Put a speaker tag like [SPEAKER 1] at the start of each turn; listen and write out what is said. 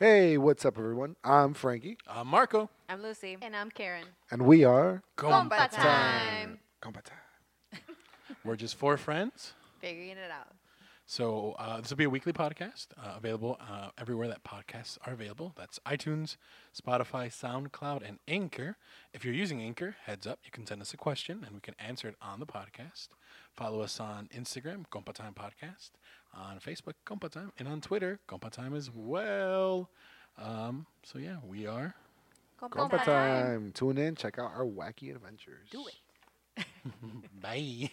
[SPEAKER 1] Hey, what's up, everyone? I'm Frankie,
[SPEAKER 2] Uh, Marco,
[SPEAKER 3] I'm Lucy.
[SPEAKER 4] And I'm Karen.
[SPEAKER 1] and we are
[SPEAKER 2] Gomba
[SPEAKER 4] Gomba time.
[SPEAKER 1] Compa Time.
[SPEAKER 2] We're just four friends.
[SPEAKER 4] Figuring it out.
[SPEAKER 2] So uh, this will be a weekly podcast uh, available uh, everywhere that podcasts are available. That's iTunes, Spotify, SoundCloud, and Anchor. If you're using Anchor, heads up, you can send us a question and we can answer it on the podcast. Follow us on Instagram, Compa Time Podcast, on Facebook, Compa Time, and on Twitter, Compa Time as well. Um, so yeah, we are.
[SPEAKER 1] Compa time. Tune in, check out our wacky adventures.
[SPEAKER 3] Do it.
[SPEAKER 2] Bye.